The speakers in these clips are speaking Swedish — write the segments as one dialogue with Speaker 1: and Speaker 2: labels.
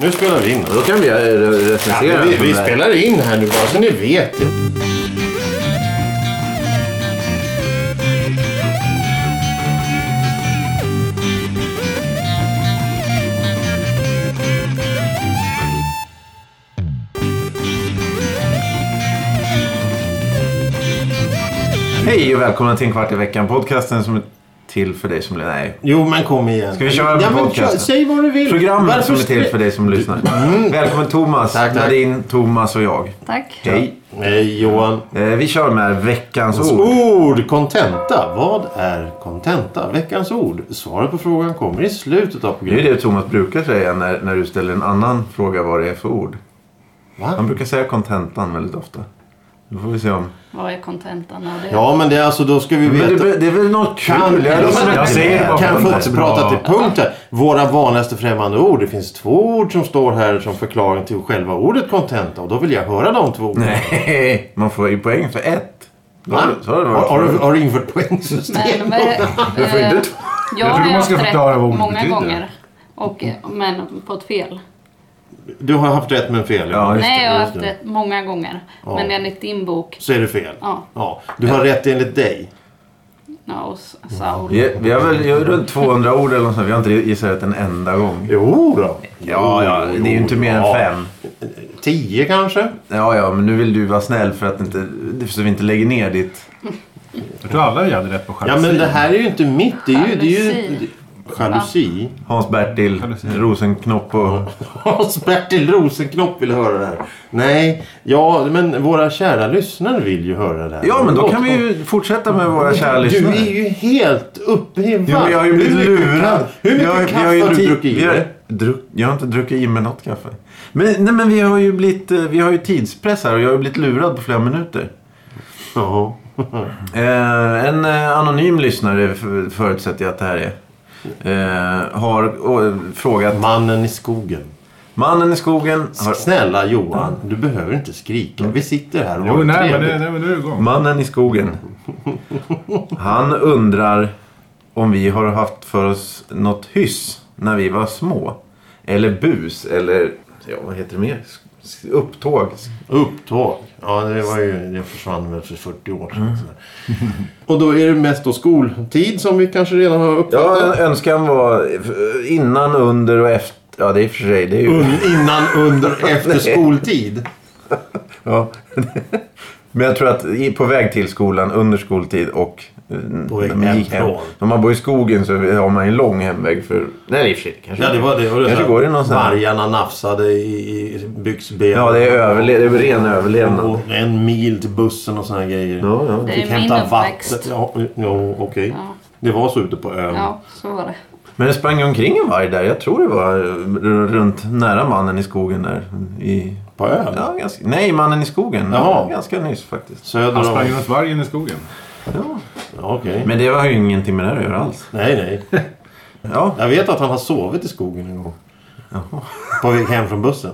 Speaker 1: Nu spelar vi in.
Speaker 2: Då kan vi eh, re-
Speaker 1: Ja,
Speaker 2: recensera.
Speaker 1: men vi,
Speaker 2: den
Speaker 1: vi
Speaker 2: där.
Speaker 1: spelar in här nu bara så ni vet.
Speaker 2: Hej och välkomna till en kvart i veckan. Podcasten som är till för dig som... Nej.
Speaker 1: Jo, men kom igen.
Speaker 2: Ska vi köra
Speaker 1: ja,
Speaker 2: på
Speaker 1: men,
Speaker 2: podcasten?
Speaker 1: kö- Säg vad du vill.
Speaker 2: Programmet
Speaker 1: Varför
Speaker 2: som är till
Speaker 1: stre-
Speaker 2: för dig som lyssnar. Välkommen Thomas,
Speaker 1: Tack, tack.
Speaker 2: Nadine, Thomas och jag.
Speaker 3: Tack.
Speaker 2: Hej.
Speaker 1: Nej, Johan.
Speaker 2: Eh, Vi kör med veckans ord.
Speaker 1: Ord, kontenta. Vad är kontenta? Veckans ord. Svaret på frågan kommer i slutet av
Speaker 2: Det är
Speaker 1: programmet.
Speaker 2: det Thomas brukar säga när, när du ställer en annan fråga vad det är för ord. Han
Speaker 1: Va?
Speaker 2: brukar säga kontentan väldigt ofta. Då får vi se om...
Speaker 3: Vad är kontentan av det?
Speaker 1: Ja, men det är alltså då ska vi
Speaker 2: Men det,
Speaker 1: veta.
Speaker 2: be- det är väl något kul?
Speaker 1: Kan,
Speaker 2: Jag- jag säger bara
Speaker 1: kan få
Speaker 2: kontentan.
Speaker 1: prata till punkt här. Våra vanligaste främmande ord. Det finns två ord som står här som förklaring till själva ordet kontenta. Och då vill jag höra de två orden.
Speaker 2: Nej, man får ju poäng för ett. Då har du- så har det
Speaker 1: Har,
Speaker 2: varit
Speaker 1: har, du,
Speaker 2: förut.
Speaker 1: har du infört poängsystem?
Speaker 3: Men, men,
Speaker 2: Du får inte
Speaker 3: eh,
Speaker 2: två.
Speaker 3: jag
Speaker 4: tror
Speaker 3: har
Speaker 4: man
Speaker 3: haft
Speaker 4: ska
Speaker 3: rätt
Speaker 4: förklara vad ordet
Speaker 3: många
Speaker 4: betyder.
Speaker 3: gånger. Och, eh, men på ett fel.
Speaker 1: Du har haft rätt men fel.
Speaker 2: Ja, just
Speaker 3: Nej, jag har
Speaker 1: just
Speaker 3: haft
Speaker 1: det.
Speaker 3: rätt många gånger. Men enligt din bok.
Speaker 1: Så är det fel.
Speaker 3: Ja.
Speaker 1: Du har rätt enligt dig.
Speaker 3: Ja, och s- Saul.
Speaker 2: Vi, vi har väl jag har runt 200 ord eller något sånt. Vi har inte gissat rätt en enda gång.
Speaker 1: Jo då.
Speaker 2: Ja, ja,
Speaker 1: Jo,
Speaker 2: det är ju inte
Speaker 1: jo,
Speaker 2: mer än
Speaker 1: ja.
Speaker 2: fem.
Speaker 1: Tio kanske?
Speaker 2: Ja, ja, men nu vill du vara snäll för att inte, så vi inte lägger ner ditt...
Speaker 4: Jag tror alla vi hade rätt på
Speaker 1: Ja,
Speaker 4: chansen.
Speaker 1: men det här är ju inte mitt. Det är ju... Det är ju
Speaker 3: Jalusi.
Speaker 1: jalusi.
Speaker 2: Hans-Bertil, Rosenknopp och...
Speaker 1: Hans-Bertil Rosenknopp vill höra det här. Nej, ja, men våra kära lyssnare vill ju höra det här.
Speaker 2: Ja, men då kan vi ju fortsätta med våra kära
Speaker 1: Du
Speaker 2: lyssnare.
Speaker 1: är ju helt uppe i varv.
Speaker 2: Jo, men jag har ju
Speaker 1: Hur
Speaker 2: blivit
Speaker 1: mycket
Speaker 2: lurad.
Speaker 1: ka- Hur mycket
Speaker 2: jag,
Speaker 1: kaffe
Speaker 2: jag ju
Speaker 1: har du
Speaker 2: ti-
Speaker 1: druckit i
Speaker 2: vi har-
Speaker 1: dig?
Speaker 2: druck- Jag har inte druckit i mig något kaffe. Men, nej, men vi, har ju blivit, eh, vi har ju tidspress här och jag har ju blivit lurad på flera minuter.
Speaker 1: Jaha.
Speaker 2: Eh, en eh, anonym lyssnare, f- förutsätter jag att det här är, eh, har eh, frågat
Speaker 1: Mannen i skogen.
Speaker 2: Mannen i skogen har...
Speaker 1: Snälla Johan, du behöver inte skrika. Vi sitter här och
Speaker 4: Jo,
Speaker 1: har
Speaker 4: nej, men,
Speaker 1: trevligt.
Speaker 4: det, nej, men nu är det igång.
Speaker 2: Mannen i skogen. Han undrar om vi har haft för oss något hyss när vi var små. Eller bus eller ja, vad heter det mer? S- s- Upptåg.
Speaker 1: Upptåg. Ja, det, var ju, det försvann väl för 40 år
Speaker 2: Mm.
Speaker 1: sedan. sådär. Och då är det mest då skoltid som vi kanske redan har
Speaker 2: Ja,
Speaker 1: uppfattat.
Speaker 2: ö- önskan var eh, innan, under och efter. Ja, det är i och för sig. Det är ju,
Speaker 1: Un, innan, under, efter skoltid.
Speaker 2: ja. Men jag tror att i- på väg till skolan, under skoltid och eh,
Speaker 1: På väg
Speaker 2: när man gick hem.
Speaker 1: hemifrån.
Speaker 2: När man bor i skogen så har man ju en lång hemväg för... Nej, i och för sig. Kanske
Speaker 1: Ja, det var det. Var det
Speaker 2: Kanske
Speaker 1: så här,
Speaker 2: går det någon sån här-
Speaker 1: Vargarna nafsade i, i byxbenen.
Speaker 2: Ja, det är, överle- det är ren överlevnad.
Speaker 1: Och en mil till bussen och såna här grejer.
Speaker 2: Ja, ja.
Speaker 3: Det är
Speaker 1: Fick
Speaker 3: min
Speaker 1: hämta
Speaker 3: uppväxt.
Speaker 1: vatten. Ja, ja okej.
Speaker 3: Ja.
Speaker 1: Det var så ute på ön.
Speaker 3: Ja, så var det.
Speaker 2: Men det sprang omkring en varg där. Jag tror det var eh, r- runt nära mannen i skogen där. I...
Speaker 1: På ön?
Speaker 2: Ja, ganska... Nej, mannen i skogen.
Speaker 1: Jaha.
Speaker 2: Ganska nyss faktiskt.
Speaker 1: Söder
Speaker 4: Han sprang
Speaker 1: om...
Speaker 4: runt vargen i skogen.
Speaker 2: Ja.
Speaker 1: Ja, okej.
Speaker 2: Men det har ju ingenting med det här att göra alls.
Speaker 1: Nej, nej.
Speaker 2: Ja,
Speaker 1: Jag vet att han har sovit i skogen en gång. På väg hem från bussen.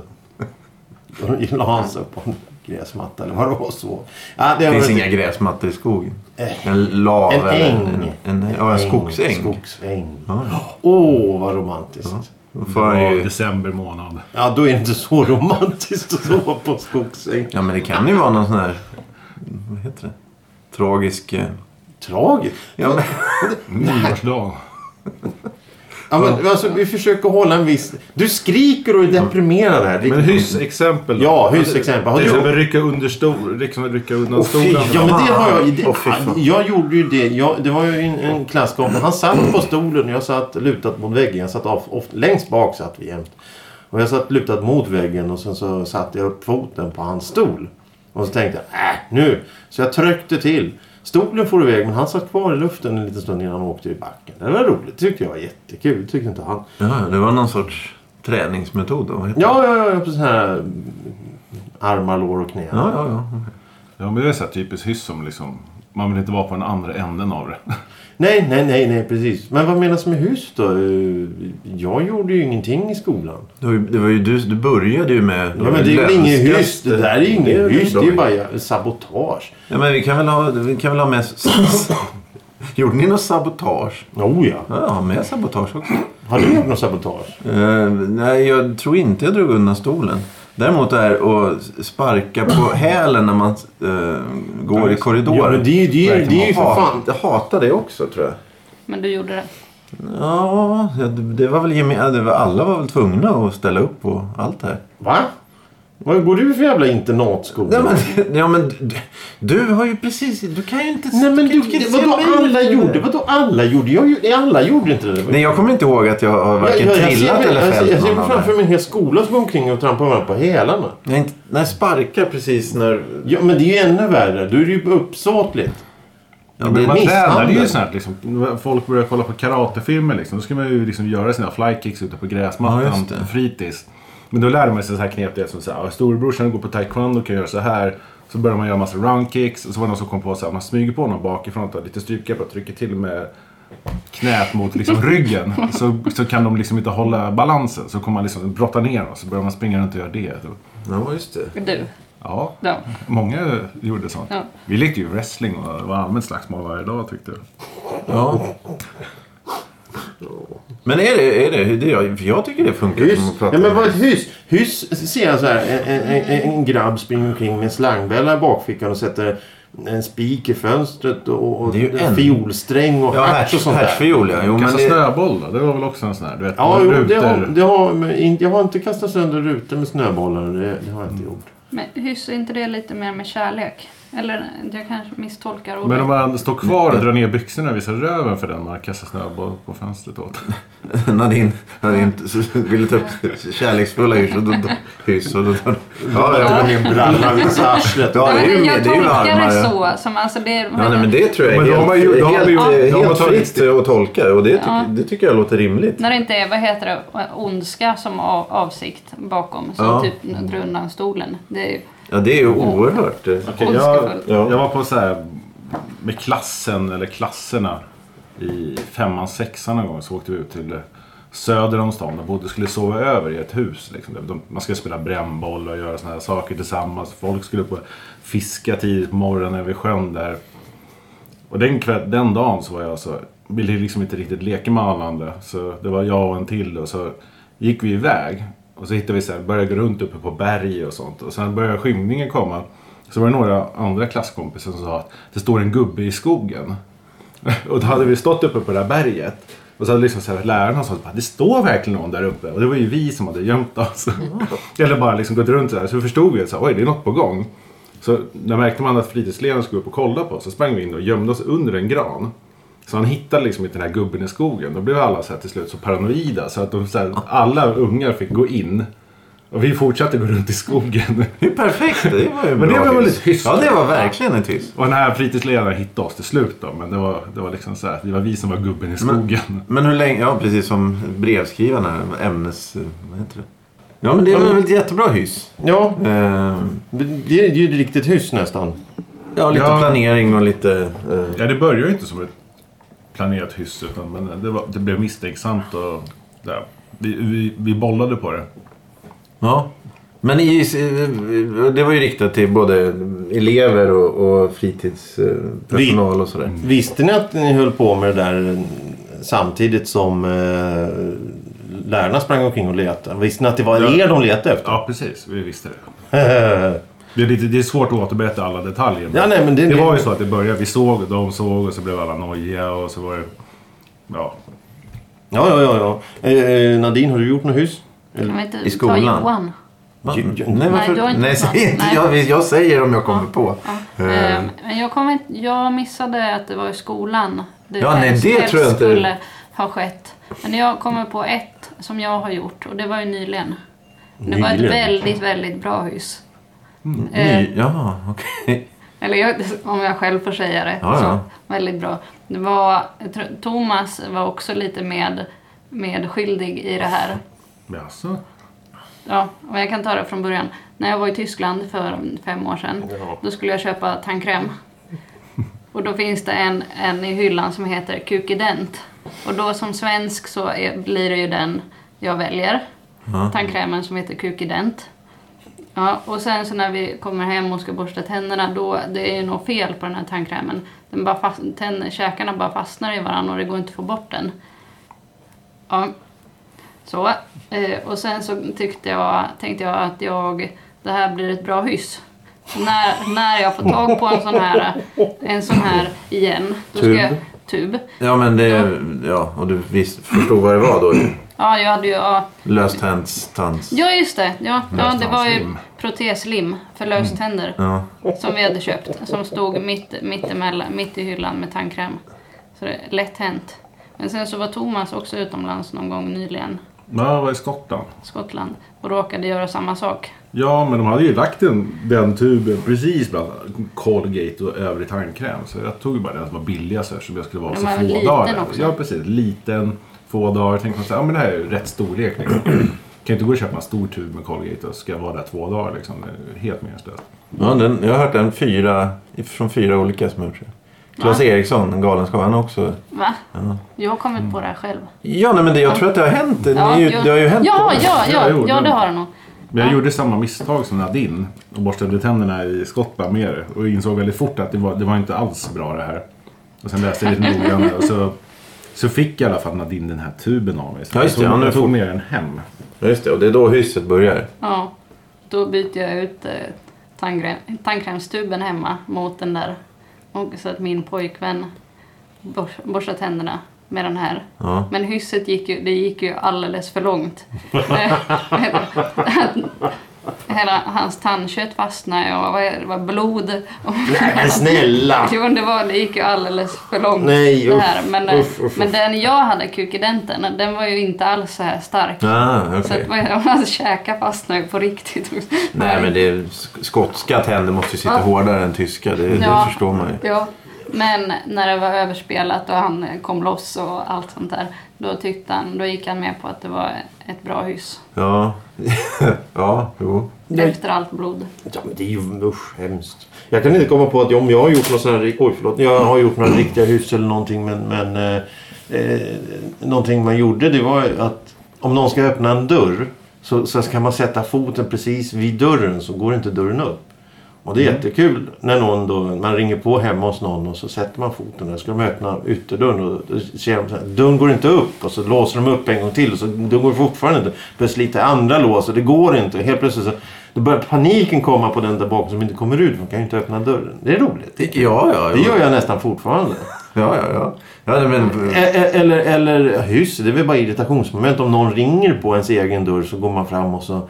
Speaker 1: Då la han sig på en gräsmatta eller vad det var så. Ja, det typ
Speaker 2: det
Speaker 1: har
Speaker 2: finns
Speaker 1: varit-
Speaker 2: inga gräsmattor i skogen.
Speaker 1: Eh.
Speaker 2: En lav
Speaker 1: En
Speaker 2: eller
Speaker 1: äng.
Speaker 2: En, en, ja, en skogsäng.
Speaker 1: Skogsäng. Åh,
Speaker 2: Ja.
Speaker 1: vad romantiskt.
Speaker 2: Då får han
Speaker 4: Det var
Speaker 2: ju...
Speaker 4: december månad.
Speaker 1: Ja, då är det inte så romantiskt att sova på en skogsäng.
Speaker 2: Ja, men det kan ju vara någon sån här... Vad heter det? Tragisk... eh,
Speaker 1: Tragiskt.
Speaker 2: Ja, men...
Speaker 4: Nyårsdag.
Speaker 1: Ja, men, alltså, vi försöker hålla en viss... Du skriker och är deprimerad här.
Speaker 4: Men hyss exempel. då.
Speaker 1: Ja, hyss exempel. Har
Speaker 4: Det
Speaker 1: du-
Speaker 4: är som att rycka under stol, liksom rycka undan stolen.
Speaker 1: Ja, men det har jag.
Speaker 2: Åh, fy fan.
Speaker 1: Det, jag gjorde ju det. Jag, det var ju en, en klasskompis. Han satt på stolen och jag satt lutat mot väggen. Jag satt av, of, längst bak satt vi jämt. Och jag satt lutat mot väggen och sen så satte jag upp foten på hans stol. Och så tänkte jag, äh, nu. Så jag tryckte till. Stolen for iväg men han satt kvar i luften en liten stund innan han åkte i backen. Det var roligt. tyckte jag var jättekul. Tyckte inte han.
Speaker 2: Ja, det var någon sorts träningsmetod då. Vad heter
Speaker 1: Ja, ja, ja. Precis här. mm, Armar, lår och knän.
Speaker 2: det? Ja, ja, ja.
Speaker 4: Ja, men det är så här typiskt hyss som liksom... Man vill inte vara på den andra änden av det.
Speaker 1: Nej, nej, nej, nej, precis. Men vad menas med hus då? Eh, Jag gjorde ju ingenting i skolan.
Speaker 2: Det var ju, det var ju du, du började ju med...
Speaker 1: Ja, men det är väl inget
Speaker 2: lönskatt.
Speaker 1: hus? Det där är ju inget hus. Det är
Speaker 2: bra.
Speaker 1: ju bara sabotage.
Speaker 2: Ja, men vi kan väl ha, vi kan väl ha med... Gjorde ni något sabotage?
Speaker 1: Oh ja.
Speaker 2: Ja, jag har med sabotage också.
Speaker 1: Har du gjort något sabotage?
Speaker 2: Eh, nej, jag tror inte jag drog undan stolen. Däremot det här att sparka på hälen när man eh, går i korridoren.
Speaker 1: Ja, men det är ju- det är ju- det är ju för
Speaker 2: Hat-
Speaker 1: fan-
Speaker 2: Jag hatar det också tror jag.
Speaker 3: Men du gjorde det.
Speaker 2: Ja, det- det var väl geme- ja, det var Alla var väl tvungna att ställa upp på allt det här.
Speaker 1: Va? Vad går du för jävla internatskola?
Speaker 2: Ja men, ja, men du, du har ju precis... Du kan ju inte...
Speaker 1: Nej men
Speaker 2: du, kan ju
Speaker 1: du,
Speaker 2: inte
Speaker 1: vadå
Speaker 2: se mig
Speaker 1: alla
Speaker 2: lite.
Speaker 1: gjorde? Vadå alla gjorde? Jag, gjorde- alla gjorde inte det.
Speaker 2: Nej, jag kommer inte ihåg att jag har varken
Speaker 1: jag, jag,
Speaker 2: trillat
Speaker 1: ser,
Speaker 2: eller
Speaker 1: jag, ser- jag
Speaker 2: fällt
Speaker 1: ser
Speaker 2: någon av
Speaker 1: framför
Speaker 2: det.
Speaker 1: mig en hel skola som går omkring och trampar varandra på hälarna.
Speaker 2: Nej, inte- Nej, sparka precis när...
Speaker 1: Ja men det är ju ännu värre. Då är det ju uppsåtligt.
Speaker 2: Ja,
Speaker 1: men
Speaker 4: Men man
Speaker 1: misshandel.
Speaker 4: tränar ju sånt här, liksom. När Folk börjar kolla på karatefilmer liksom. Då ska man ju liksom göra sina flykicks ute på
Speaker 2: Ja,
Speaker 4: gräsmattan
Speaker 2: just det.
Speaker 4: på fritids. Men då lär man sig så här knep. Det är som så här, "Ja, storebrorsan går på taekwondo kan göra så här. Så börjar man göra massa roundkicks. Och så var det någon som kom på att man smyger på honom bakifrån. Tar lite strypgrepp och trycker till med knät mot liksom ryggen. Så, så kan de liksom inte hålla balansen. Så kommer man liksom brotta ner dem. Så börjar man springa runt och göra det.
Speaker 2: ja, just det.
Speaker 3: Du.
Speaker 4: Ja,
Speaker 3: Ja.
Speaker 4: många gjorde sånt.
Speaker 3: Ja.
Speaker 4: Vi lekte ju wrestling och det var allmänt slagsmål varje dag tyckte jag.
Speaker 2: Ja. Men är det... Är det, det jag, för jag tycker det funkar.
Speaker 1: Hyss.
Speaker 2: som att
Speaker 1: Ja
Speaker 2: prata
Speaker 1: men
Speaker 2: med-
Speaker 1: vad är ett hyss? Hyss ser jag så här. En, en, en, en grabb springer omkring med en slangbella i bakfickan och sätter en spik i fönstret och, och
Speaker 2: Det är ju
Speaker 1: en
Speaker 2: en.
Speaker 1: fiolsträng och
Speaker 2: Ja,
Speaker 1: hasch och
Speaker 2: herts-
Speaker 1: sånt där.
Speaker 2: hertsfiol ja. Jo, men
Speaker 4: Kasta
Speaker 2: det,
Speaker 4: snöboll då? Det var väl också en sån här, du vet,
Speaker 1: Ja, jo, det har,
Speaker 4: rutor.
Speaker 1: det har, men inte- jag har inte kastat sönder rutor med snöbollar. Det, det har jag inte gjort.
Speaker 3: Men hyss är inte det lite mer med kärlek? Eller jag kanske misstolkar ordet.
Speaker 4: Men om man står kvar och drar ner byxorna och visar röven för den man kastar snöboll på fönstret åt.
Speaker 2: Nadine, Nadine så- så ville ta upp kärleksfulla hyss och då, då, hyss och då, då, ja,
Speaker 1: Jag
Speaker 2: ja.
Speaker 1: drar ner brallan vid arslet.
Speaker 2: Ja, det är
Speaker 3: Nej,
Speaker 2: ju-
Speaker 3: men jag
Speaker 2: det är ju
Speaker 3: tolkar det
Speaker 2: varmare.
Speaker 3: så. Som, alltså, det,
Speaker 2: Ja, nej, men det tror jag
Speaker 4: Men
Speaker 2: är
Speaker 4: då har man
Speaker 2: helt,
Speaker 4: ju- då har
Speaker 2: helt,
Speaker 4: man ju-
Speaker 2: helt,
Speaker 4: då har man tagit-
Speaker 2: fritt att tolka. Och det, tycker-
Speaker 3: Ja.
Speaker 2: det tycker jag låter rimligt.
Speaker 3: När det inte är, vad heter det, ondska som av, avsikt bakom. Som
Speaker 2: Ja.
Speaker 3: typ drar undan stolen. Det är ju
Speaker 2: Ja, det är ju oerhört.
Speaker 4: Okej, jag,
Speaker 3: Ondskefullt.
Speaker 2: Ja.
Speaker 4: jag var på så här med klassen eller klasserna i femman, sexan någon gång. Så åkte vi ut till eh, söder om stan och bodde skulle sova över i ett hus. Liksom. De, man skulle spela brännboll och göra såna här saker tillsammans. Folk skulle upp och fiska tidigt på morgonen vid sjön där. Och den, kväll, den dagen så var jag så, ville liksom inte riktigt leka med alla andra. Så det var jag och en till och så gick vi iväg. Och så hittade vi så här, började gå runt uppe på berg och sånt. Och sen började skymningen komma. Så var det några andra klasskompisar som sa att det står en gubbe i skogen. Och då hade vi stått uppe på det där berget. Och så hade liksom så här, lärarna sagt att det står verkligen någon där uppe. Och det var ju vi som hade gömt oss. Eller bara liksom gått runt så här. Så förstod vi att så här, oj, det är något på gång. Så när märkte man att fritidsledaren skulle upp och kolla på oss så sprang vi in och gömde oss under en gran. Så han hittade liksom inte den här gubben i skogen. Då blev alla så här, till slut så paranoida så att de, så här, alla ungar fick gå in. Och vi fortsatte gå runt i skogen.
Speaker 2: Det är perfekt. Det var ju
Speaker 4: Men det
Speaker 2: bra
Speaker 4: var väl
Speaker 2: hyss.
Speaker 4: ett hyss?
Speaker 2: Ja, det var verkligen ett hyss.
Speaker 4: Och den här fritidsledaren hittade oss till slut då. Men det var, det var liksom så här, det var vi som var gubben i skogen.
Speaker 2: Men hur länge... Ja, precis som brevskrivarna. Ämnes... Vad heter det? Ja, men det var väl ett jättebra hyss.
Speaker 1: Ja,
Speaker 2: Eh,
Speaker 1: det är ju ett riktigt hyss nästan.
Speaker 2: ja, lite
Speaker 4: Ja.
Speaker 2: planering och lite... eh,
Speaker 4: Ja, det började ju inte som ett planerat hyss utan men det, var, det blev misstänksamt och där. Vi, vi, vi bollade på det.
Speaker 2: Ja. Men i, eh, det var ju riktat till både elever och, och fritidspersonal och sådär.
Speaker 1: Visste ni att ni höll på med det där samtidigt som eh, lärarna sprang omkring och letade? Visste ni att det var
Speaker 4: Ja.
Speaker 1: er de letade efter?
Speaker 4: Ja, precis. Vi visste det. Det är, lite, det är svårt att återberätta alla detaljer. men
Speaker 1: Ja, nej, men det-
Speaker 4: det var ju så att det började. Vi såg och de såg och så blev alla nojiga och så var det... Ja.
Speaker 1: ja, ja, ja. ja. Eh, Eh, Nadine, har du gjort något hyss?
Speaker 3: Kan vi inte
Speaker 2: I skolan?
Speaker 3: Ta Johan.
Speaker 2: Va?
Speaker 1: Ju- ju-
Speaker 2: Nej, varför?
Speaker 3: Nej, du har inte
Speaker 2: Nej,
Speaker 3: fått.
Speaker 2: säg inte.
Speaker 3: Nej.
Speaker 2: Jag, jag säger om jag kommer på.
Speaker 3: Ja.
Speaker 2: Eh,
Speaker 3: Ehm, men jag, kommer inte, jag missade att det var i skolan. Det
Speaker 2: Ja, nej, det
Speaker 3: helst
Speaker 2: tror jag inte.
Speaker 3: skulle ha skett. Men jag kommer på ett som jag har gjort och det var ju nyligen. Det var ett
Speaker 1: Nyligen?
Speaker 3: väldigt, väldigt bra hyss. Ehm,
Speaker 2: ny, ja, okej.
Speaker 3: Eller jag, om jag själv får säga det.
Speaker 2: Ja, ja.
Speaker 3: Så, väldigt bra. Det var, jag tror- Thomas var också lite med, medskyldig i det här.
Speaker 4: Men alltså,
Speaker 3: Ja, men jag kan ta det från början. När jag var i Tyskland för fem år sedan, då skulle jag köpa tandkräm. Och då finns det en, en i hyllan som heter Kukident. Och då som svensk så är, blir det ju den jag väljer. Tandkrämen som heter Kukident. Ja, och sen så när vi kommer hem och ska borsta tänderna, då det är ju något fel på den här tandkrämen. Den bara fast, tänd, käkarna bara fastnar i varandra och det går inte att få bort den. Ja, Så, eh, och sen så tyckte jag, tänkte jag att jag, det här blir ett bra hyss. Så när, när jag får tag på en sån här, en sån här igen, då ska
Speaker 1: Tub.
Speaker 3: jag, tub.
Speaker 2: Ja, men det... Ja, och du visst, förstod vad det var då ju.
Speaker 3: Ja, jag hade ju, ja,
Speaker 2: Löständs-tans.
Speaker 3: ja just det. Ja, ja, det var ju
Speaker 4: Löstandsslim.
Speaker 3: proteslim för löständer
Speaker 2: Mm. Ja.
Speaker 3: som vi hade köpt. Som stod mitt, mitt, emellan, mitt i hyllan med tandkräm. Så det är lätt hänt. Men sen så var Thomas också utomlands någon gång nyligen,
Speaker 4: Men jag var i Skottland.
Speaker 3: Skottland, och råkade göra samma sak.
Speaker 4: Ja, men de hade ju lagt den, den tuben precis bland Colgate och övrig tandkräm. Så jag tog ju bara den som var billigast här, så jag skulle vara
Speaker 3: Den
Speaker 4: så
Speaker 3: var
Speaker 4: få
Speaker 3: liten
Speaker 4: dagar.
Speaker 3: också.
Speaker 4: Ja, precis. Liten, få dagar. Tänkte man så här, ja men det här är ju rätt storlek liksom. Kan inte gå och köpa en stor tub med Colgate och ska vara där två dagar liksom. Det är ju Helt meningslöst.
Speaker 2: Ja, den, jag har hört den fyra, från fyra olika som har gjort det. Claes Eriksson, en galenskap, han har också...
Speaker 3: Va? Jag har kommit på det här själv.
Speaker 2: Ja, nej, men det, jag tror att det har hänt. Mm. Det, är ju,
Speaker 3: jag-
Speaker 2: det har ju hänt.
Speaker 3: Ja,
Speaker 2: på-
Speaker 3: ja,
Speaker 4: Ja,
Speaker 3: ja,
Speaker 4: jag gjorde
Speaker 3: ja, det
Speaker 4: det.
Speaker 3: har det nog.
Speaker 4: Men jag
Speaker 3: Ja.
Speaker 4: gjorde samma misstag som Nadine och borstade tänderna i Skottland med det. Och insåg väldigt fort att det var, det var inte alls bra det här. Och sen läste jag lite noggrannare och så, så fick jag i alla fall Nadine den här tuben av mig. Så
Speaker 2: Ja, just det.
Speaker 4: jag
Speaker 2: Ja,
Speaker 4: tog,
Speaker 2: nu
Speaker 4: jag tog
Speaker 2: får-
Speaker 4: med den hem.
Speaker 2: Ja, just det. Och det är då hysset börjar.
Speaker 3: Ja. Då byter jag ut eh, tandgrä- tandkrämstuben hemma mot den där. Och så att min pojkvän bors- borstar tänderna med den här.
Speaker 2: Ja.
Speaker 3: Men hysset gick ju, det gick ju alldeles för långt. Eh, Hela hans tandkött fastnade och vad är det, det var blod. Och
Speaker 1: Nej men snälla!
Speaker 3: Jo, det, var, det gick ju alldeles för långt.
Speaker 1: Nej,
Speaker 3: det
Speaker 1: uff,
Speaker 3: här. Men, eh,
Speaker 1: uff, uff, uff.
Speaker 3: men den jag hade, kukidenten, den var ju inte alls så här stark.
Speaker 2: Ah,
Speaker 3: Så
Speaker 2: okej.
Speaker 3: att vad jag alltså, käka fastnade ju på riktigt.
Speaker 2: Nej, men det är, sk- skotska tänder måste ju sitta
Speaker 3: Ja.
Speaker 2: hårdare än tyska. Det,
Speaker 3: Ja.
Speaker 2: det förstår man ju.
Speaker 3: Ja, men när det var överspelat och han eh, kom loss och allt sånt där. Då tyckte han, då gick han med på att det var ett bra hyss.
Speaker 2: Ja. ja, jo.
Speaker 3: Efter allt blod.
Speaker 1: Ja men det är ju usch, hemskt. Jag kan inte komma på att om jag har gjort något sån här... Oj förlåt. Jag har gjort några riktiga hus eller någonting men... men eh, eh, någonting man gjorde det var att om någon ska öppna en dörr så, så ska man sätta foten precis vid dörren så går inte dörren upp. Och
Speaker 2: Mm.
Speaker 1: det är jättekul när någon då, man ringer på hemma hos någon och så sätter man foten där. Så ska de öppna ytterdörren och då ser de så här, dörren går inte upp. Och så låser de upp en gång till och så dörren går fortfarande inte. Börjar slita andra lås och det går inte. Helt plötsligt så då börjar paniken komma på den där bakom som inte kommer ut. Man kan ju inte öppna dörren. Det är roligt.
Speaker 2: Ja, ja,
Speaker 1: Det
Speaker 2: jo.
Speaker 1: gör jag nästan fortfarande.
Speaker 2: ja, ja, ja. ja nej, men,
Speaker 1: E- e- Eller, eller hyss, det är väl bara irritationsmoment. Om någon ringer på ens egen dörr så går man fram och så,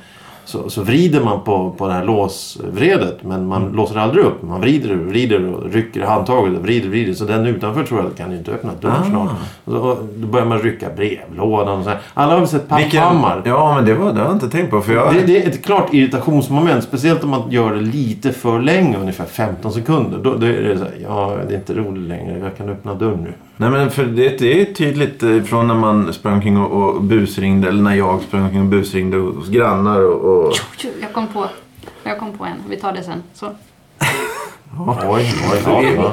Speaker 1: så, så vrider man på, på det här låsvredet. Men man låser aldrig upp. Man vrider och vrider och rycker i handtaget och vrider och vrider. Så den utanför tror jag kan ju inte öppna dörren snart. Och så, och då börjar man rycka brevlådan och så här. Alla har väl sett papphammar?
Speaker 2: Ja, men det, var, det har jag inte tänkt på. För jag,
Speaker 1: Det, det är ett klart irritationsmoment. Speciellt om man gör det lite för länge, ungefär 15 sekunder. Då, då är det så här, ja det är inte roligt längre. Jag kan öppna dörren nu.
Speaker 2: Nej men för det, det är tydligt eh, från när man sprang omkring och, och busringde eller när jag sprang omkring och busringde hos grannar och... och...
Speaker 3: Jag kom på, jag kom på en. Vi tar det sen. Så.
Speaker 1: Oj, oj, oj. va?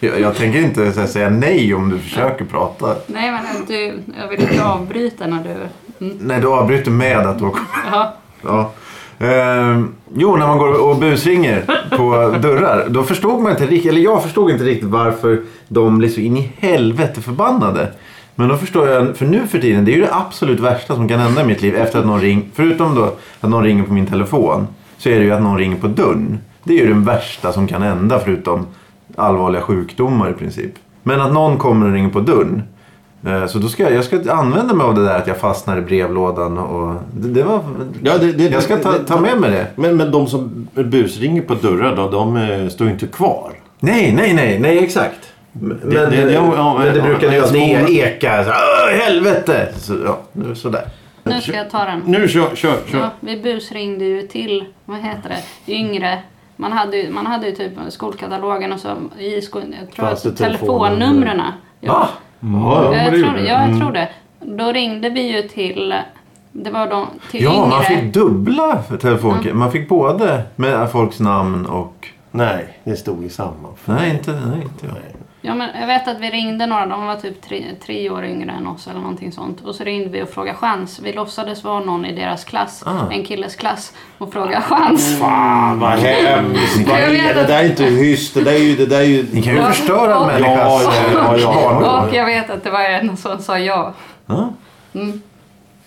Speaker 2: Jag, jag tänker inte så här, säga nej om du försöker prata.
Speaker 3: Nej, men du, jag vill inte avbryta när du... Mm.
Speaker 2: Nej, du avbryter med att du har kommit.
Speaker 3: Ja.
Speaker 2: Ja. Ehm, jo, när man går och busringer på dörrar. Då förstod man inte riktigt, eller jag förstod inte riktigt varför de blev så in i helvete förbannade. Men då förstår jag, för nu för tiden, det är ju det absolut värsta som kan hända i mitt liv efter att någon ringer, förutom då att någon ringer på min telefon, så är det ju att någon ringer på dörren. Det är ju den värsta som kan hända förutom allvarliga sjukdomar i princip. Men att någon kommer och ringer på dörren. eh, Så då ska jag, jag ska använda mig av det där att jag fastnar i brevlådan och det, det var...
Speaker 1: Ja, det- det-
Speaker 2: jag ska ta,
Speaker 1: det-
Speaker 2: ta med mig det.
Speaker 1: Men, men de som busringer på dörrar då, de eh, står ju inte kvar.
Speaker 2: Nej, nej, nej, nej, exakt. Men
Speaker 1: det- det- ja, ja,
Speaker 2: men det
Speaker 1: ja,
Speaker 2: brukar ju
Speaker 1: ja,
Speaker 2: alltid
Speaker 1: små-
Speaker 2: eka. Så, här, "Åh, helvete! Så, ja, nu, sådär.
Speaker 3: Nu ska jag ta den.
Speaker 1: Nu kör, kör, kör.
Speaker 3: Ja, vi busringde ju till, vad heter det, yngre. Man hade ju, man hade ju typ skolkatalogen och så i skol, jag tror
Speaker 1: Fanns det
Speaker 3: att telefonnumren.
Speaker 2: Va?
Speaker 3: Ja,
Speaker 4: Ja,
Speaker 3: jag,
Speaker 4: men det Mm.
Speaker 3: tror,
Speaker 4: gjorde
Speaker 3: ja,
Speaker 4: det.
Speaker 3: jag tror det. Då ringde vi ju till, det var de, till
Speaker 2: Ja,
Speaker 3: yngre.
Speaker 2: man fick dubbla telefonker. Man fick både med folks namn och...
Speaker 1: Nej, det stod ju samma.
Speaker 2: Nej, inte, nej, inte jag.
Speaker 3: Ja, men jag vet att vi ringde några, de var typ tre, tre år yngre än oss eller någonting sånt. Och så ringde vi och frågade chans. Vi låtsades vara någon i deras klass,
Speaker 2: Ah.
Speaker 3: en killes klass, och frågade chans.
Speaker 1: Fan vad hemskt. Vad
Speaker 3: Jag vet
Speaker 1: är Mm. det?
Speaker 3: att-
Speaker 1: Det där är inte hyss. Det där är ju... Det där är ju...
Speaker 2: Ni kan ju
Speaker 3: Ja.
Speaker 2: förstöra en
Speaker 3: Ja,
Speaker 2: människas
Speaker 1: ja, ja, ja.
Speaker 2: barndom.
Speaker 3: Och jag vet att det var en som sa ja.
Speaker 2: Ja.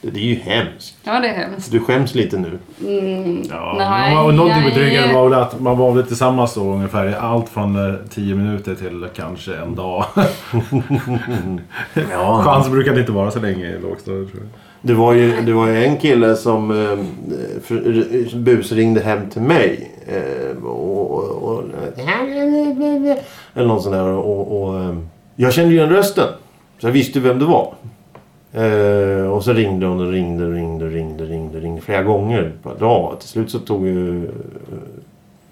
Speaker 1: Det, det är ju hemskt.
Speaker 3: Ja, det är hemskt.
Speaker 1: Du skäms lite nu.
Speaker 4: Ja,
Speaker 3: Nej,
Speaker 4: och någonting med
Speaker 3: jag är-
Speaker 4: drycken var väl att man var väl tillsammans då ungefär i allt från eh, 10 minuter till kanske en dag.
Speaker 2: Ja.
Speaker 4: Chans brukade inte vara så länge i lågstadiet tror jag.
Speaker 1: Det var ju, det var ju en kille som eh, för, busringde hem till mig. Eh, och, och, och, eller någon sån där. Och, och, eh, jag kände ju den rösten. Så jag visste vem det var. Eh, och så ringde hon och ringde och ringde och ringde, ringde, ringde flera gånger per dag. Till slut så tog ju eh,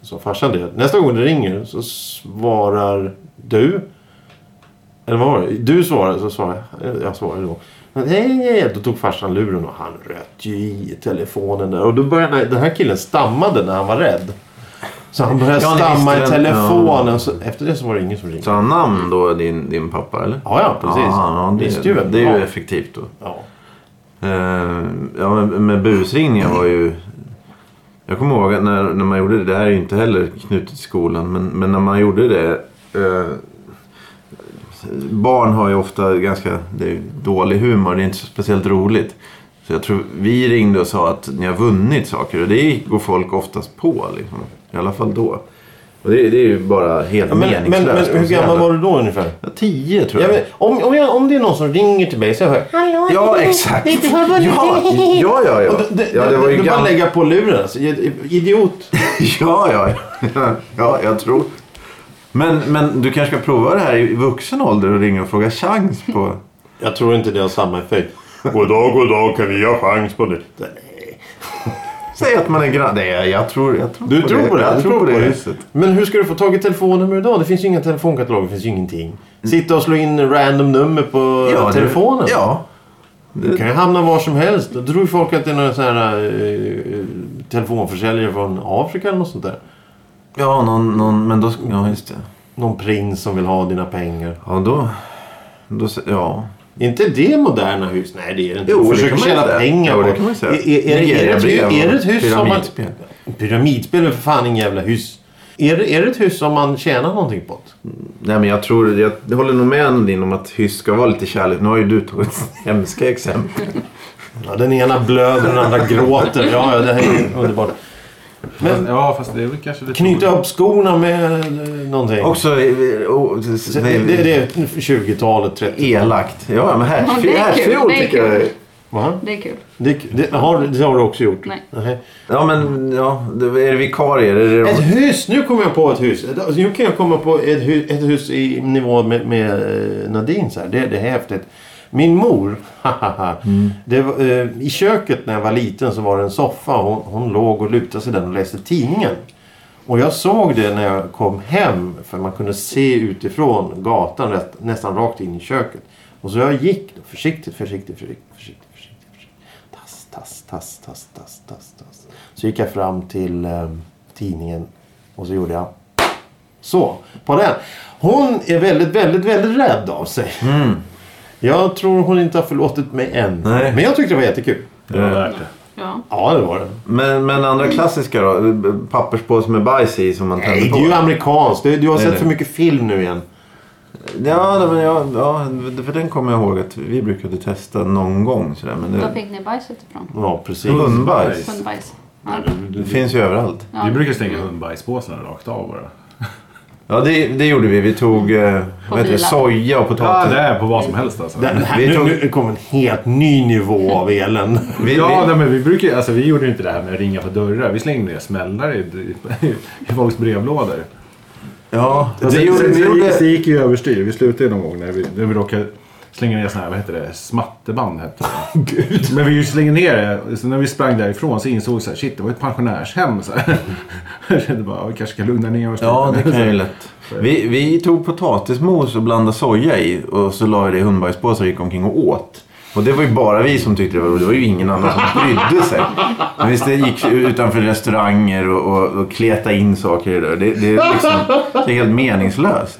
Speaker 1: så farsan det. Nästa gång det ringer så svarar du. Eller vad var det? Du svarade så svarade jag. Eh, Jag svarade då. Men hej, hej. Då tog farsan luren och han röt ju i telefonen där. Och då började den här killen stammade när han var rädd. Så han började
Speaker 2: Ja, ni
Speaker 1: stamma i
Speaker 2: visste vem-
Speaker 1: telefonen. Så efter det så var det ingen som ringde.
Speaker 2: Så han namn då, din, din pappa eller?
Speaker 1: Ja, ja, precis.
Speaker 2: Ja, ja,
Speaker 1: Visste ju
Speaker 2: det,
Speaker 1: vem
Speaker 2: det
Speaker 1: det
Speaker 2: är ju
Speaker 1: var.
Speaker 2: effektivt då.
Speaker 1: Ja.
Speaker 2: Eh, ja, men, men busringningar var ju... Jag kommer ihåg att när, när man gjorde det, det här är ju inte heller knutet till skolan, men, men när man gjorde det... Eh, barn har ju ofta ganska det är ju dålig humor, det är inte så speciellt roligt. Så jag tror vi ringde och sa att ni har vunnit saker och det går folk oftast på liksom. I alla fall då. Och det, det är ju bara helt
Speaker 1: Ja, men, men, men
Speaker 2: meningslöst. och
Speaker 1: hur
Speaker 2: så
Speaker 1: gammal
Speaker 2: jävla-
Speaker 1: var du då ungefär?
Speaker 2: Ja, tio tror
Speaker 1: Alltså, Ja,
Speaker 2: jag.
Speaker 1: men, om, om, jag, om det är någon som ringer till mig så hör jag Hallå,
Speaker 2: Ja, exakt.
Speaker 1: Inte har varit-
Speaker 2: Ja, ja, ja. ja.
Speaker 1: Och det, det,
Speaker 2: ja
Speaker 1: det,
Speaker 2: det var ju
Speaker 1: du bara
Speaker 2: gammalt.
Speaker 1: lägga på luren. Alltså, idiot.
Speaker 2: Ja, ja, ja. ja, jag tror. Men, men du kanske ska prova det här i vuxen ålder och ringa och fråga chans på...
Speaker 1: Jag tror inte det har samma effekt. God dag, god dag, kan vi ha chans på det? Nej.
Speaker 2: Säg att man är grann. Nej, jag- jag tror, jag tror
Speaker 1: Du tror på det?
Speaker 2: Jag
Speaker 1: Du
Speaker 2: tror på det huset.
Speaker 1: Men hur ska du få tag i telefonnummer idag? Det finns ju inga telefonkataloger, det finns ju ingenting. Sitta och slå in random nummer på
Speaker 2: det-
Speaker 1: telefonen.
Speaker 2: Ja.
Speaker 1: Du kan ju hamna var som helst. Då tror ju folk att det är några sån här eh, telefonförsäljare från Afrika eller något sånt där.
Speaker 2: Ja, någon, någon, men då... Ja, just det.
Speaker 1: Någon prins som vill ha dina pengar.
Speaker 2: Ja, då... då se- ja.
Speaker 1: Är inte det moderna hus? Nej, det är det inte.
Speaker 2: Jo,
Speaker 1: Du
Speaker 2: det
Speaker 1: försöker
Speaker 2: kan man ju
Speaker 1: tjäna
Speaker 2: säga.
Speaker 1: pengar
Speaker 2: Jo,
Speaker 1: på.
Speaker 2: det kan man ju säga.
Speaker 1: Är, är, är, det- är, det ett hus-
Speaker 2: Nigeria-brev
Speaker 1: är det ett
Speaker 2: och
Speaker 1: hus som man...
Speaker 2: pyramidspel.
Speaker 1: Pyramidspel är för fan ingen jävla hus. Är, det- är det ett hus som man tjänar någonting på?
Speaker 2: Nej, men jag tror... Jag, jag håller nog med Nadine om att hyss ska vara lite kärlek. Nu har ju du tagit hemska exempel.
Speaker 1: Ja, den ena blöder och den andra gråter. Ja, ja, det här är ju underbart. Men-
Speaker 4: ja, fast det är väl kanske lite...
Speaker 1: Knyta upp skorna med eh, någonting.
Speaker 2: Också... Oh,
Speaker 1: Så Det, det, det är 20-talet, 30
Speaker 2: Elakt. Ja, men
Speaker 3: Ja, det
Speaker 2: härfjol
Speaker 3: är kul,
Speaker 2: härfjol
Speaker 3: det är
Speaker 2: tycker jag
Speaker 3: kul.
Speaker 2: är-
Speaker 1: Va?
Speaker 3: Det är kul.
Speaker 1: Det, det, har, det har du också gjort?
Speaker 3: Nej.
Speaker 1: Nej.
Speaker 2: Ja, men ja, det- är det vikarier? Är det
Speaker 1: Ett
Speaker 2: de...
Speaker 1: hus! Nu kommer jag på ett hus. Ett- alltså, Nu kan jag komma på ett hus, ett hus i nivå med, med eh, Nadine. Så här. Det, det är häftigt. Min mor, det var, eh, i köket när jag var liten så var det en soffa. Hon, hon låg och lutade sig i den och läste tidningen. Och jag såg det när jag kom hem. För man kunde se utifrån gatan rätt, nästan rakt in i köket. Och så jag gick då, försiktigt, försiktigt, försiktigt, försiktigt, försiktigt. försiktigt. Tass, tass, tass, tass, tass, tass, tass. Så gick jag fram till eh, tidningen och så gjorde jag så på den. Hon är väldigt, väldigt, väldigt rädd av sig. Jag tror hon inte har förlåtit mig än.
Speaker 2: Mm. Nej.
Speaker 1: Men jag tyckte det var jättekul.
Speaker 4: Det var värt det.
Speaker 3: Ja.
Speaker 1: Ja, det var det.
Speaker 2: Men, men andra klassiska då? Papperspåse med bajs i som man
Speaker 1: Nej,
Speaker 2: tänder
Speaker 1: det
Speaker 2: på?
Speaker 1: är ju amerikanskt. Du, du har
Speaker 2: Nej,
Speaker 1: sett
Speaker 2: nej.
Speaker 1: för mycket film nu igen.
Speaker 2: Ja, nej, men jag, ja, för den kommer jag ihåg att vi brukade testa någon gång. Sådär, men
Speaker 3: Var
Speaker 2: det,
Speaker 3: fick ni bajset ifrån?
Speaker 1: Ja, precis.
Speaker 2: Mm. hundbajs.
Speaker 3: Hundbajs? Ja.
Speaker 2: Det finns ju överallt.
Speaker 3: Ja.
Speaker 4: Vi brukar stänga hundbajspåsarna rakt av bara.
Speaker 2: Ja, det, det gjorde vi. Vi tog eh, vad heter det,
Speaker 3: bilar.
Speaker 2: soja och
Speaker 4: Ja,
Speaker 2: potatis.
Speaker 4: det är på vad som helst alltså.
Speaker 1: Det, det här,
Speaker 2: Vi
Speaker 1: nu,
Speaker 2: tog-
Speaker 1: nu kom en helt ny nivå av elen.
Speaker 2: vi,
Speaker 4: ja,
Speaker 2: vi,
Speaker 4: nej, men vi brukar alltså vi gjorde ju inte det här med att ringa på dörrar. Vi slängde ner smällare i, i, i folks brevlådor.
Speaker 2: ja, det
Speaker 4: sen,
Speaker 2: gjorde
Speaker 4: Alltså, sen,
Speaker 2: vi.
Speaker 4: sen, gick- sen
Speaker 2: Gjorde,
Speaker 4: gick ju överstyr. Vi slutade ju någon gång när vi, när vi råkade slänga ner såna här, vad heter det, smatteband hette det. Men vi slängde ner det. Så när vi sprang därifrån så insåg vi så här, shit det var ett pensionärshem. Så här. Jag kände bara, vi kanske ska lugna ner oss.
Speaker 2: ja,
Speaker 4: lite.
Speaker 2: det kan jag ju lätt. Vi, vi tog potatismos och blandade soja i och så la vi det i hundbajspåsar och gick omkring och åt. Och det var ju bara vi som tyckte det var roligt. Det var ju ingen annan som brydde sig. Men visst, det gick utanför restauranger och, och, och kleta in saker i det. där. Det, det, är liksom, det är helt meningslöst.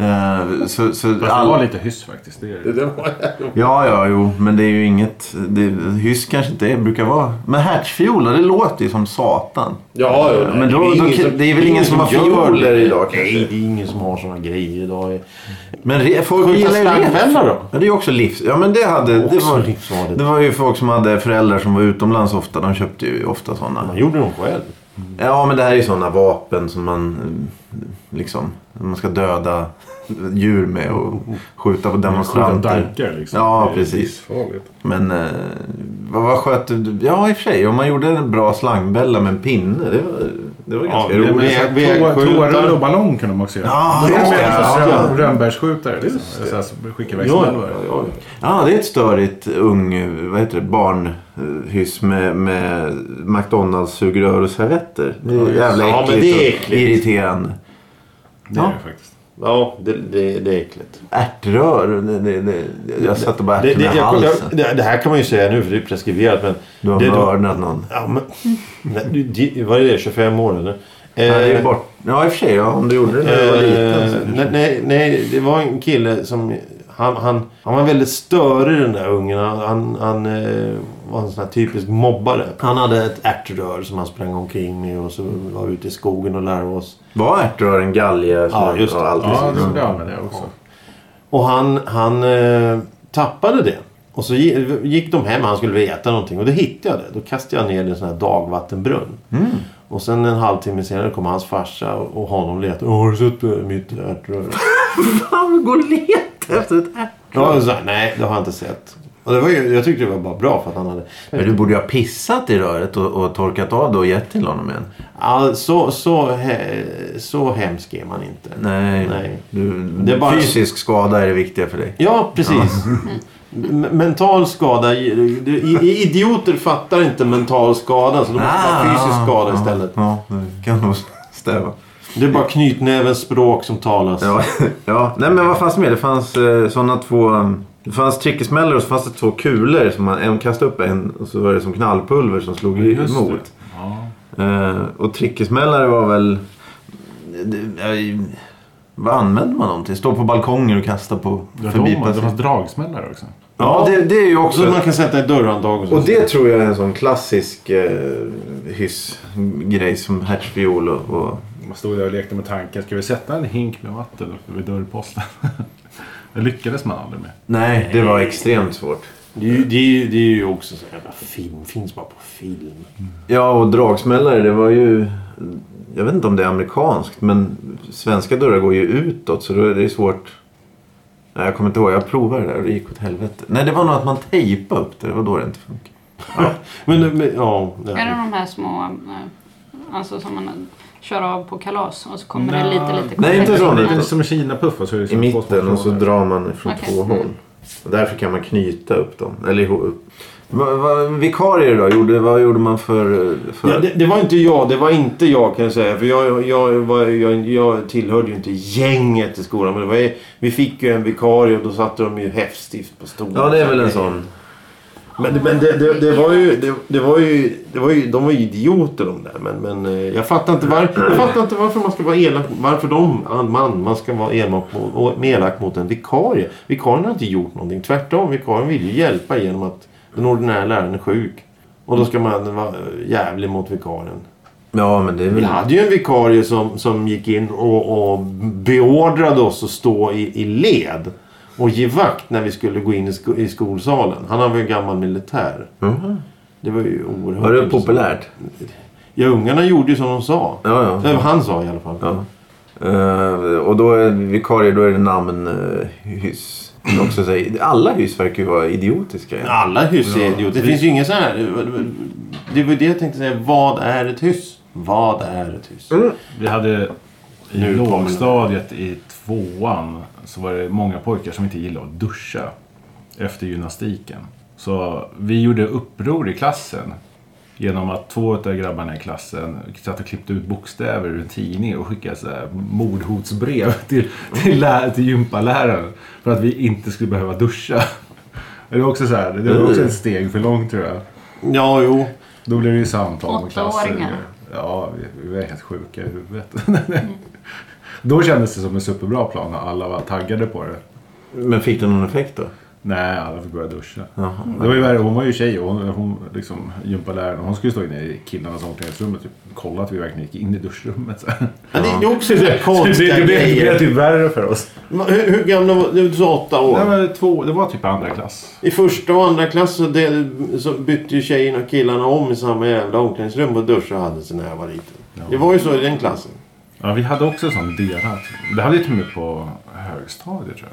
Speaker 2: Eh, så, så
Speaker 4: Fast det var lite hyss faktiskt. Det är...
Speaker 1: Det var
Speaker 2: Ja, ja, jo, men det är ju inget... Det, hyss kanske inte är, brukar vara... Men hertzfioler, det låter ju som satan.
Speaker 1: Ja, ja,
Speaker 2: Men då-
Speaker 1: det är ingen
Speaker 2: då- det är väl ingen som har
Speaker 1: gör
Speaker 2: fioler
Speaker 1: det.
Speaker 2: idag, kanske?
Speaker 1: Nej, det är ingen som har såna grejer idag.
Speaker 2: Men re, folk
Speaker 1: Skjuta
Speaker 2: gillar ju
Speaker 1: slangfälla då?
Speaker 2: Ja, det är ju också livs... Ja, men det hade... Det
Speaker 1: Också
Speaker 2: var,
Speaker 1: livsfarligt.
Speaker 2: det var ju folk som hade föräldrar som var utomlands ofta. De köpte ju ofta sådana.
Speaker 1: Man gjorde dem själv.
Speaker 2: Ja, men det här är ju sådana vapen som man eh, liksom... Man ska döda djur med och skjuta på demonstranter.
Speaker 4: Dankar liksom.
Speaker 2: Ja,
Speaker 4: Det är
Speaker 2: precis.
Speaker 4: livsfarligt.
Speaker 2: Men eh, vad, vad sköt du? Ja, i och för sig. Om man gjorde en bra slangbälla med en pinne. Det var, det var
Speaker 1: Ja,
Speaker 2: ganska
Speaker 1: det-
Speaker 2: roligt.
Speaker 1: det-
Speaker 4: Tå-
Speaker 1: vägskjutar.
Speaker 4: Tåröl och ballong kunde man också göra.
Speaker 2: Ja,
Speaker 4: det är
Speaker 2: just
Speaker 4: med
Speaker 2: det,
Speaker 4: ja,
Speaker 2: ja.
Speaker 4: Rönnbärsskjutare. Liksom. Så här, Skicka iväg
Speaker 1: Ja,
Speaker 4: smällar.
Speaker 1: ja, ja, ja.
Speaker 2: Ja, det är ett störigt ung, vad heter det, barnhyss med, med McDonalds-sugrör och servetter. Det är jävla
Speaker 1: Ja,
Speaker 2: äckligt,
Speaker 1: men det är
Speaker 2: och
Speaker 1: äckligt.
Speaker 2: irriterande.
Speaker 4: Det är det faktiskt.
Speaker 1: Ja, det, det, det är äckligt.
Speaker 2: Ärtrör, det, det, det, jag satte bara
Speaker 1: Det,
Speaker 2: ärtorna
Speaker 1: det,
Speaker 2: i
Speaker 1: jag,
Speaker 2: halsen.
Speaker 1: jag, det, det här kan man ju säga nu för det är preskriberat. Men
Speaker 2: Du har
Speaker 1: det,
Speaker 2: mördat någon.
Speaker 1: ja, men, nej, du- di- vad är det? 25 år eller?
Speaker 2: Ja, det är
Speaker 1: Eh,
Speaker 2: ju bort. Ja, i och för sig. Ja, om du gjorde det när du var liten.
Speaker 1: Eh,
Speaker 2: så-
Speaker 1: nej, nej, nej, det var en kille som... Han, han, han var väldigt störig den där ungen. Han, han, han eh, var en sån här typisk mobbare. Han hade ett ärtrör som han sprang omkring med och så var vi ute i skogen och lärde oss.
Speaker 2: Var ärtrör en galge? så-
Speaker 1: Ja, just det.
Speaker 2: allt
Speaker 4: Ja,
Speaker 2: precis.
Speaker 4: det skulle jag använda också.
Speaker 1: Och han, han eh, tappade det. Och så gi- gick de hem, han skulle äta någonting och då hittade jag det. Då kastade jag ner det i en sån här dagvattenbrunn.
Speaker 2: Mm.
Speaker 1: Och sen en halvtimme senare kom hans farsa och och honom letade. Har du sett eh, mitt ärtrör?
Speaker 2: Fan, gå och leta efter ett ärt.
Speaker 1: Ja, och så, här, nej, det har jag inte sett. Och det var ju, jag tyckte det var bara bra för att han hade...
Speaker 2: Men du borde ju ha pissat i röret och, och torkat av det och gett till honom igen.
Speaker 1: Ja, så, så, he, så hemsk är man inte.
Speaker 2: Nej.
Speaker 1: Nej.
Speaker 2: Du,
Speaker 1: Det är bara-
Speaker 2: Fysisk skada är det viktiga för dig.
Speaker 1: Ja, precis. M- Mental skada. i- du- i- i- Idioter fattar inte mental skada så de måste
Speaker 2: Ah.
Speaker 1: ha fysisk skada istället.
Speaker 2: Ja, det kan nog stäva.
Speaker 1: Det är bara knytnävens språk som talas.
Speaker 2: Ja, ja. Nej, men vad fanns det mer? Det fanns eh, sådana två... um, Det fanns trickesmällor och så fanns det två kulor. Som man, en kastade upp en och så var det som knallpulver som slog
Speaker 4: Just det.
Speaker 2: emot.
Speaker 4: Ja.
Speaker 2: Eh, och trickesmällare var väl... det- eh, Vad använde man dem till? Stå på balkonger och kasta på
Speaker 4: Det var- det var
Speaker 2: förbipasserande?
Speaker 4: dragsmällare också.
Speaker 2: Ja, det, det är ju också...
Speaker 1: Så man kan sätta ett dörrhandtag och så.
Speaker 2: Och det tror jag är en sån klassisk eh, hyssgrej som hertzfiol och, och...
Speaker 4: Man stod där och lekte med tanken. Ska vi sätta en hink med vatten uppe vid dörrposten? Det lyckades man aldrig med.
Speaker 2: Nej, det var extremt svårt.
Speaker 1: Det, är ju, det, är ju, det är ju också så jävla film. Finns bara på film.
Speaker 2: Ja, och dragsmällare det var ju... Jag vet inte om det är amerikanskt men svenska dörrar går ju utåt så då är det svårt. Nej, jag kommer inte ihåg. Jag provade det där och det gick åt helvete. Nej, det var nog att man tejpade upp det. Det var då det inte funkade.
Speaker 1: Men, men ja. det-
Speaker 3: Är det de här små, eh, alltså som man kör av på kalas och så kommer det
Speaker 4: Nej.
Speaker 3: lite, lite
Speaker 2: Nej, inte
Speaker 3: konfetti.
Speaker 2: sån.
Speaker 4: Det är som en kinapuff. och så är det
Speaker 2: I
Speaker 4: som två
Speaker 2: mitten
Speaker 4: små
Speaker 2: och så
Speaker 4: trådar.
Speaker 2: drar man från
Speaker 3: Okej.
Speaker 2: två håll. Och därför kan man knyta upp dem. Eller ihop. Va, va, vikarier då? Gjorde, vad gjorde man för... eh, för...
Speaker 1: Ja, det, det var inte jag, det var inte jag kan jag säga. För jag, jag, var, jag, jag tillhörde ju inte gänget i skolan. Men det var, vi fick ju en vikarie och då satte de ju häftstift på stolen.
Speaker 2: Ja, det är väl en sån.
Speaker 1: Men, men det, det, det var ju, det, det var ju, det var ju, de var ju idioter de där. Men, men eh, jag fattar inte, var, jag fattar inte varför man ska vara elak. Varför de, an- man, man ska vara elak mot, och elak mot en vikarie. Vikarien har inte gjort någonting. Tvärtom, vikarien vill ju hjälpa genom att den ordinära läraren är sjuk. Och då ska man vara eh, jävlig mot vikarien.
Speaker 2: Ja, men det är
Speaker 1: Vi
Speaker 2: väl...
Speaker 1: hade ju en vikarie som, som gick in och, och beordrade oss att stå i, i led och ge vakt när vi skulle gå in i, sko, i skolsalen. Han var ju en gammal militär.
Speaker 2: Mhm.
Speaker 1: Det var ju oerhört
Speaker 2: Var det
Speaker 1: intressant.
Speaker 2: populärt?
Speaker 1: Ja, ungarna gjorde ju som de sa.
Speaker 2: Ja, ja.
Speaker 1: Eller han sa i alla fall.
Speaker 2: ja. Eh, och då är vikarie, då är det namnhyss. också säga. Alla hyss verkar ju vara idiotiska. Ja.
Speaker 1: Alla hyss är idioter. Det finns ju ingen sån här... Det var det jag tänkte säga. Vad är ett hyss? Vad är ett hyss?
Speaker 4: Vi hade i
Speaker 1: Nu kommer
Speaker 4: lågstadiet i tvåan så var det många pojkar som inte gillade att duscha efter gymnastiken. Så vi gjorde uppror i klassen genom att två av grabbarna i klassen satt och klippte ut bokstäver ur en tidning och skickade så här mordhotsbrev till, till, lä- till gympaläraren för att vi inte skulle behöva duscha. Det var också, så här, det var också ett steg för långt tror jag.
Speaker 1: Ja, jo.
Speaker 4: Då blev det ju samtal med
Speaker 3: Åttaåringar.
Speaker 4: klassen. Ja, vi, vi var helt sjuka i huvudet. Då kändes det som en superbra plan och alla var taggade på det.
Speaker 2: Men fick det någon effekt då?
Speaker 4: Nej, alla fick börja duscha.
Speaker 2: Jaha.
Speaker 4: Det var ju värre, hon var ju tjej och hon, hon liksom, gympaläraren, hon skulle stå inne i killarnas omklädningsrum och typ, kolla att vi verkligen gick in i duschrummet. Så. här.
Speaker 1: Men det är ju också så här konstiga
Speaker 4: det, det, det är
Speaker 1: grejer.
Speaker 4: typ värre för oss.
Speaker 1: Men Hur, hur gamla var du? Du sa åtta
Speaker 4: Det
Speaker 1: år.
Speaker 4: var, två, det var typ andra klass.
Speaker 1: I första och andra klass så, del, så bytte ju tjejerna och killarna om i samma jävla omklädningsrum och duschade hade sig när jag var liten. Det var ju så i den klassen.
Speaker 4: Ja, vi hade också sån delat. Det hade ju till och med på högstadiet tror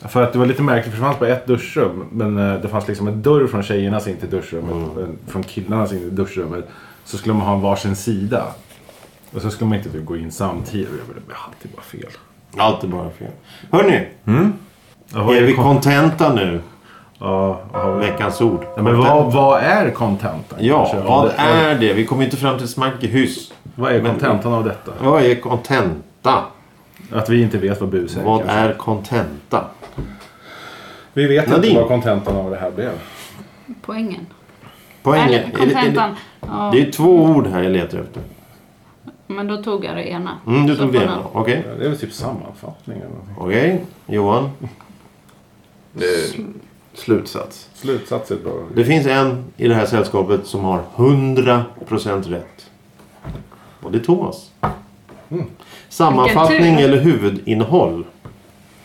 Speaker 4: jag. För att det var lite märkligt, för det fanns bara ett duschrum. Men eh, det fanns liksom en dörr från tjejernas in till duschrummet.
Speaker 1: Mm.
Speaker 4: och en Från killarnas in till duschrummet. Så skulle man ha en varsin sida. Och så skulle man inte typ gå in samtidigt. Jag bara, Det är alltid bara fel.
Speaker 1: Allt är bara fel. Hörni,
Speaker 4: Ja, vad
Speaker 1: är vi
Speaker 4: kon-
Speaker 1: kontenta nu?
Speaker 4: Ja, ja.
Speaker 1: Veckans ord.
Speaker 4: Ja, men vad, vad är kontentan?
Speaker 1: Ja,
Speaker 4: kanske?
Speaker 1: vad
Speaker 4: Det-
Speaker 1: är det? Vi kommer inte fram till smack i hyss.
Speaker 4: vad är
Speaker 1: men-
Speaker 4: kontentan av detta?
Speaker 1: Vad är kontenta?
Speaker 4: Att vi inte vet vad bus är.
Speaker 1: Vad
Speaker 4: kanske.
Speaker 1: är kontenta?
Speaker 4: Vi vet
Speaker 1: Nadine?
Speaker 4: inte vad kontentan av det här blev.
Speaker 3: Poängen.
Speaker 1: Poängen.
Speaker 3: Eller
Speaker 1: är det- är det-
Speaker 3: kontentan. Ja,
Speaker 1: Det är två ord här jag letar efter.
Speaker 3: men då tog jag det ena.
Speaker 1: Mm, du
Speaker 3: Så
Speaker 1: tog
Speaker 3: får
Speaker 1: det.
Speaker 3: någon-
Speaker 1: ena. Okej.
Speaker 4: Ja, Det är väl typ sammanfattning eller någonting.
Speaker 1: Okej. Johan.
Speaker 2: Slutsats.
Speaker 4: Slutsats är ett bra.
Speaker 1: Det finns en i det här sällskapet som har 100% rätt. Och det är Thomas.
Speaker 2: Mm.
Speaker 1: Sammanfattning
Speaker 3: Vilken tur.
Speaker 1: eller huvudinnehåll.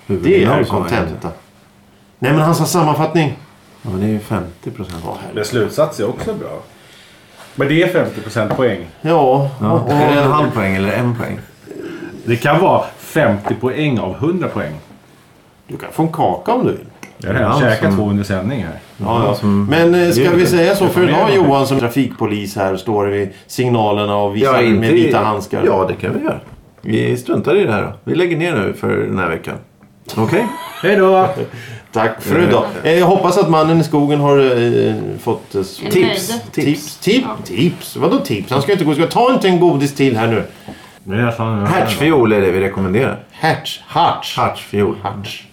Speaker 1: Det
Speaker 2: Huvudinnehåll
Speaker 1: är
Speaker 2: som
Speaker 1: kontenta. Nej men han sa sammanfattning.
Speaker 2: Ja, men det är ju 50 procent.
Speaker 4: Men slutsats är också bra. Men det är 50 poäng.
Speaker 1: Ja.
Speaker 2: Ja.
Speaker 1: och-
Speaker 2: Är det en halv poäng eller en poäng?
Speaker 4: Det kan vara 50 poäng av 100 poäng.
Speaker 1: Du kan få en kaka om du vill.
Speaker 4: Jag har redan
Speaker 2: Ja,
Speaker 4: käkat
Speaker 2: som-
Speaker 4: två under sändning här.
Speaker 1: Ja, ja. Men eh, ska
Speaker 2: Det är
Speaker 1: vi
Speaker 2: det.
Speaker 1: säga så för idag
Speaker 4: med.
Speaker 1: Johan som trafikpolis här står vid signalerna och visar med vita handskar.
Speaker 2: Ja, det kan vi göra. Vi struntar i det här då. Vi lägger ner nu för den här veckan. Okej?
Speaker 4: Hej då!
Speaker 1: Tack för idag. Eh, Jag hoppas att mannen i skogen har eh, fått eh,
Speaker 3: En
Speaker 1: tips.
Speaker 3: nöjd.
Speaker 1: Tips. Tips. tips. Vadå tips? Han ska ju inte gå. Ska ta inte en godis till här nu.
Speaker 4: Det är nästan...
Speaker 2: Hertzfiol är det vi rekommenderar.
Speaker 1: Hertz. Hartz.
Speaker 2: Hertzfiol.
Speaker 1: Hartz.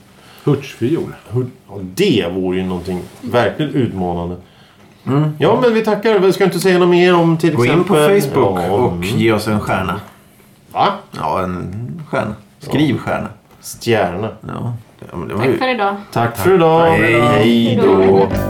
Speaker 4: Hurtsfiol.
Speaker 1: Ja, Det vore ju någonting verkligen utmanande. Ja, men vi tackar. Vi ska inte säga något mer om till
Speaker 2: Mm. Gå in på
Speaker 1: exempel...
Speaker 2: Facebook
Speaker 1: Ja,
Speaker 2: och ge oss en stjärna.
Speaker 1: Va?
Speaker 2: Ja, en stjärna. Skriv stjärna.
Speaker 1: Stjärna.
Speaker 2: Ja, ja men det var
Speaker 3: Tack
Speaker 2: ju...
Speaker 3: för idag.
Speaker 1: Tack för idag.
Speaker 2: Hej då.
Speaker 3: Hej då.